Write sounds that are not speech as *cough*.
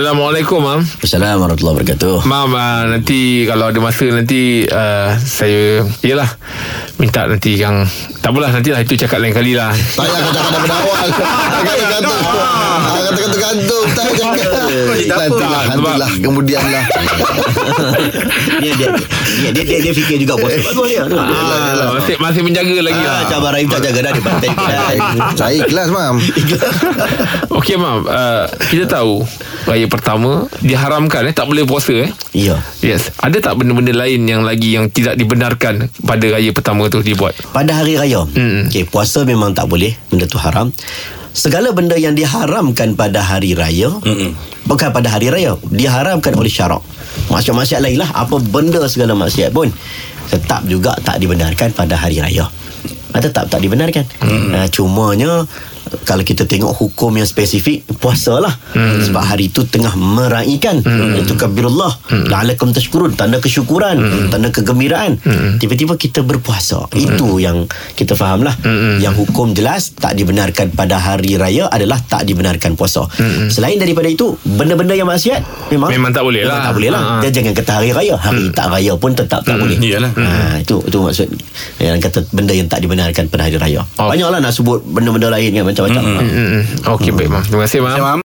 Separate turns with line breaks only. Assalamualaikum, Mam.
Assalamualaikum warahmatullahi wabarakatuh
Mam, uh, nanti kalau ada masa nanti uh, saya yalah minta nanti yang tak apalah nantilah itu cakap lain kali lah.
Tak payah kata kata pada awal Kata-kata Kata-kata gantung Tak payah cakap Nantilah Nantilah Kemudian lah
dia, dia, dia, dia, dia, dia fikir juga bos Bagus dia
*laughs* Ah, masih masih menjaga lagi
Ah,
lah.
Cabar Rahim tak jaga dah Dia pantai
Ah, Saya ikhlas mam
Okey, Mam. Uh, kita tahu raya pertama diharamkan eh tak boleh puasa eh.
Ya
Yes. Ada tak benda-benda lain yang lagi yang tidak dibenarkan pada raya pertama tu dibuat?
Pada hari raya
Hmm.
okay, Puasa memang tak boleh Benda tu haram Segala benda yang diharamkan pada hari raya Mm-mm. Bukan pada hari raya Diharamkan oleh syarak Maksiat-maksiat lain lah Apa benda segala maksiat pun Tetap juga tak dibenarkan pada hari raya Ah, Tetap tak dibenarkan mm. uh, Cumanya kalau kita tengok hukum yang spesifik puasalah hmm. sebab hari itu tengah meraikan hmm. itu kabirullah hmm. la'alakum tashkurun tanda kesyukuran tanda kegembiraan tiba-tiba kita berpuasa itu yang kita fahamlah hmm. yang hukum jelas tak dibenarkan pada hari raya adalah tak dibenarkan puasa hmm. selain daripada itu benda-benda yang maksiat memang
Memang tak boleh
memang
lah.
tak boleh lah
Ha, ha.
dan jangan kata hari raya hari tak raya pun tetap tak boleh
iyalah.
ha, itu itu maksud yang kata benda yang tak dibenarkan pada hari raya
Oh.
banyaklah nak sebut benda-benda lain kan macam-macam
Hmm. Okey, baik, Mam. Terima kasih, Mam.
Mam